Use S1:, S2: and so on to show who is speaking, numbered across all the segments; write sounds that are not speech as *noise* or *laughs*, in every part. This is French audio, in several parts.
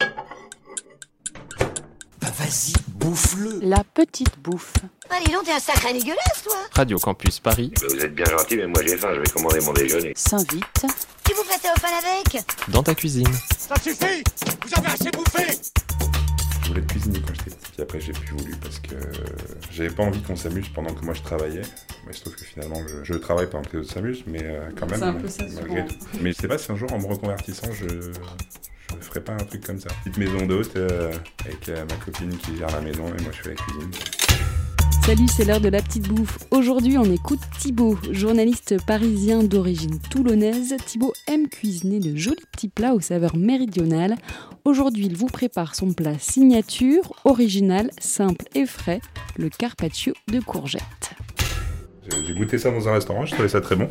S1: Bah, Vas-y, bouffe-le.
S2: La petite bouffe.
S3: Allez, donc t'es un sacré dégueulasse, toi
S4: Radio Campus Paris,
S5: Ben, Vous êtes bien gentil, mais moi j'ai faim, je vais commander mon déjeuner.
S2: S'invite.
S3: Tu vous prêtez au fan avec
S4: dans ta cuisine.
S1: Ça suffit Vous avez assez bouffé
S6: Je voulais être cuisinier quand j'étais petit. Puis après, j'ai plus voulu parce que j'avais pas envie qu'on s'amuse pendant que moi je travaillais. Mais il se trouve que finalement, je, je travaille pendant que les autres s'amusent, mais euh, quand même.
S7: C'est un peu ça,
S6: malgré
S7: souvent.
S6: tout. Mais je sais pas si un jour, en me reconvertissant, je. Je ferais pas un truc comme ça. Petite maison d'hôte euh, avec euh, ma copine qui gère la maison et moi je fais la cuisine.
S7: Salut, c'est l'heure de la petite bouffe. Aujourd'hui, on écoute Thibaut, journaliste parisien d'origine toulonnaise. Thibaut aime cuisiner de jolis petits plats aux saveurs méridionales. Aujourd'hui, il vous prépare son plat signature, original, simple et frais, le carpaccio de courgettes.
S6: J'ai j'ai goûté ça dans un restaurant, je trouvais ça très bon.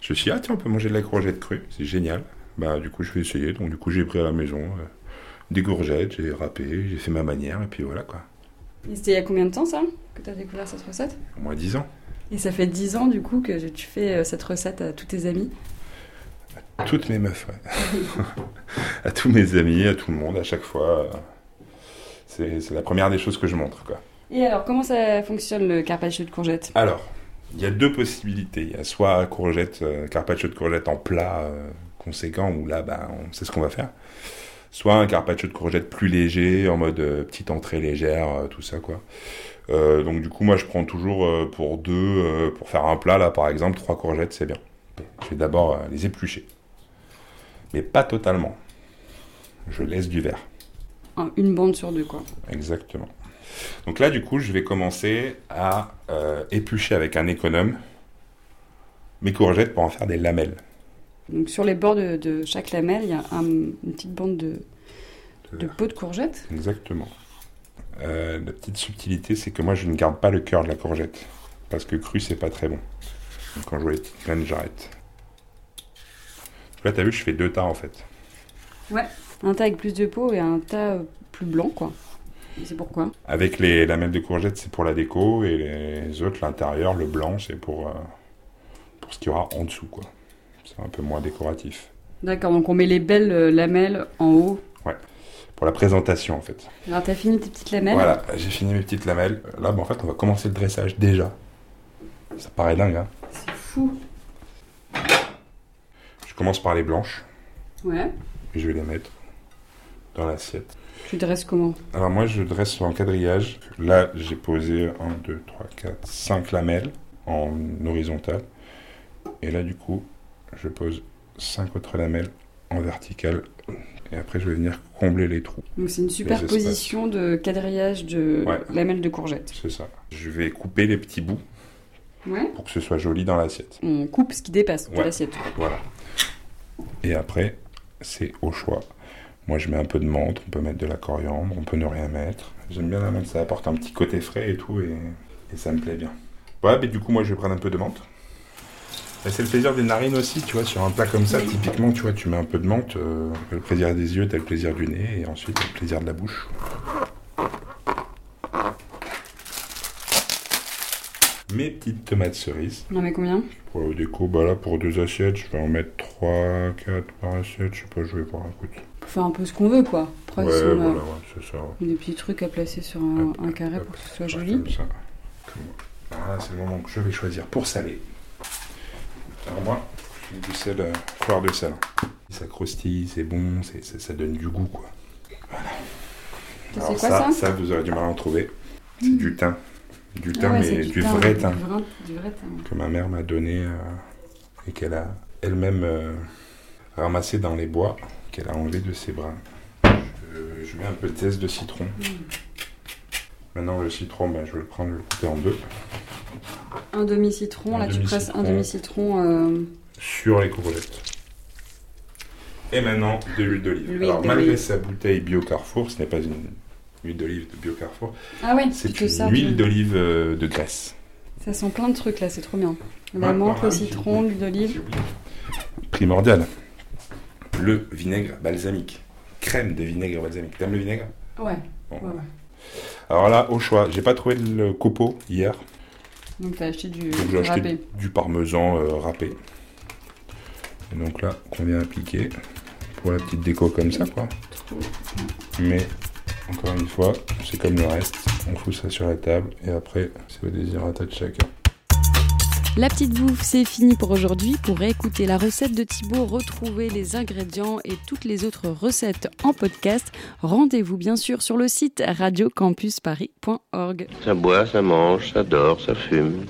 S6: Je me suis dit, ah tiens, on peut manger de la courgette crue, c'est génial. Bah, du coup, je vais essayer. Donc, du coup, j'ai pris à la maison euh, des courgettes, j'ai râpé, j'ai fait ma manière, et puis voilà quoi.
S7: C'était il y a combien de temps ça que tu as découvert cette recette
S6: Au moins 10 ans.
S7: Et ça fait 10 ans du coup que tu fais euh, cette recette à tous tes amis.
S6: Toutes mes meufs, ouais. *laughs* à tous mes amis, à tout le monde, à chaque fois. euh, C'est c'est la première des choses que je montre quoi.
S7: Et alors, comment ça fonctionne le carpaccio de courgettes
S6: Alors, il y a deux possibilités. Il y a soit courgette, euh, carpaccio de courgette en plat euh, conséquent, où là, ben, on sait ce qu'on va faire. Soit un carpaccio de courgette plus léger, en mode euh, petite entrée légère, euh, tout ça, quoi. Euh, donc, du coup, moi, je prends toujours euh, pour deux, euh, pour faire un plat, là, par exemple, trois courgettes, c'est bien. Je vais d'abord euh, les éplucher. Mais pas totalement. Je laisse du verre.
S7: En Une bande sur deux quoi.
S6: Exactement. Donc là, du coup, je vais commencer à euh, éplucher avec un économe mes courgettes pour en faire des lamelles.
S7: Donc sur les bords de, de chaque lamelle, il y a un- une petite bande de, de peau de courgette.
S6: Exactement. Euh, la petite subtilité, c'est que moi, je ne garde pas le cœur de la courgette. Parce que cru, c'est pas très bon. Donc quand je vois les petites graines, j'arrête. Donc Là, t'as vu, je fais deux tas en fait.
S7: Un tas avec plus de peau et un tas euh, plus blanc quoi. Et C'est pourquoi
S6: Avec les lamelles de courgettes, c'est pour la déco, et les autres, l'intérieur, le blanc, c'est pour, euh, pour ce qu'il y aura en dessous, quoi. C'est un peu moins décoratif.
S7: D'accord, donc on met les belles euh, lamelles en haut.
S6: pour la présentation en fait.
S7: Alors t'as fini tes petites lamelles
S6: Voilà, j'ai fini mes petites lamelles. Là, bah, en fait, on va commencer le dressage déjà. Ça paraît dingue, hein.
S7: C'est fou.
S6: Je commence par les blanches,
S7: Ouais.
S6: et je vais les mettre dans l'assiette.
S7: Tu dresses comment
S6: Alors moi, je dresse en quadrillage. Là, j'ai posé 1, 2, 3, 4, 5 lamelles en horizontal. Et là, du coup, je pose 5 autres lamelles en vertical. Et après, je vais venir combler les trous.
S7: Donc c'est une superposition de quadrillage de
S6: Ouais.
S7: lamelles de courgettes.
S6: C'est ça. Je vais couper les petits bouts
S7: Ouais.
S6: pour que ce soit joli dans l'assiette.
S7: On coupe ce qui dépasse de
S6: Ouais.
S7: l'assiette.
S6: Voilà. Et après, c'est au choix. Moi, je mets un peu de menthe, on peut mettre de la coriandre, on peut ne rien mettre. J'aime bien la menthe, ça apporte un petit côté frais et tout, et, et ça me plaît bien. Ouais, mais du coup, moi, je vais prendre un peu de menthe. Et C'est le plaisir des narines aussi, tu vois, sur un plat comme ça, typiquement, tu vois, tu mets un peu de menthe, euh, t'as le plaisir des yeux, t'as le plaisir du nez, et ensuite, t'as le plaisir de la bouche. Mes petites tomates cerises.
S7: On en met combien
S6: Pour la déco, bah là pour deux assiettes, je vais en mettre 3, 4 par assiette, je sais pas, je vais voir, écoute.
S7: On peut faire un peu ce qu'on veut quoi. Après,
S6: Ouais,
S7: si on a-
S6: voilà, ouais, c'est ça. ouais.
S7: des petits trucs à placer sur un,
S6: Hop,
S7: un
S6: hop,
S7: carré
S6: hop.
S7: pour que ce soit
S6: Ouais,
S7: joli.
S6: comme ça. Comme- Ah, c'est le moment que je vais choisir pour saler. Alors moi, je fais du sel, euh, fleur de sel. Ça croustille, c'est bon, c'est- c'est- ça donne du goût quoi.
S7: C'est
S6: Alors
S7: quoi ça, Hmm.
S6: ça vous aurez du mal à en trouver. C'est du thym. Du thym,
S7: Ah ouais,
S6: mais
S7: c'est
S6: du,
S7: thym,
S6: vrai
S7: du
S6: thym.
S7: vrai- du vrai thym.
S6: que ma mère m'a donné euh, et qu'elle a elle-même euh, ramassé dans les bois, qu'elle a enlevé de ses bras. Je, je mets un peu de zeste de citron. Maintenant, le citron, ben, je vais le prendre, je vais le couper en deux.
S7: Un demi-citron,
S6: Un
S7: là tu presses un
S6: demi-citron.
S7: demi-citron. euh,
S6: sur les courgettes. Et maintenant, de l'huile d'olive.
S7: L'huile
S6: Alors, malgré
S7: d'olive.
S6: sa bouteille Bio Carrefour, ce n'est pas une huile d'olive de Bio Carrefour,
S7: Ah ouais,
S6: c'est
S7: tu te
S6: une
S7: sers.
S6: huile
S7: de-
S6: d'olive euh, de Grèce.
S7: Ça sent plein de trucs là, c'est trop bien. La
S6: Maintenant,
S7: menthe,
S6: là,
S7: le
S6: j'ai-
S7: citron, l'huile d'olive.
S6: Primordial. Le vinaigre balsamique. Crème de vinaigre balsamique. T'aimes le vinaigre
S7: Ouais,
S6: Bon.
S7: ouais. ouais.
S6: Alors là, au choix, j'ai pas trouvé le copeau hier,
S7: Donc t'as acheté du
S6: donc
S7: du
S6: j'ai acheté
S7: râpé.
S6: du parmesan euh, râpé. Et donc là, qu'on vient appliquer pour la petite déco comme ça, quoi. Mais Encore une fois, c'est comme le reste. On fout ça sur la table et après, c'est au désirata de chacun.
S2: La petite bouffe, c'est fini pour aujourd'hui. Pour écouter la recette de Thibaut, retrouver les ingrédients et toutes les autres recettes en podcast, rendez-vous bien sûr sur le site radiocampusparis.org.
S5: Ça boit, ça mange, ça dort, ça fume.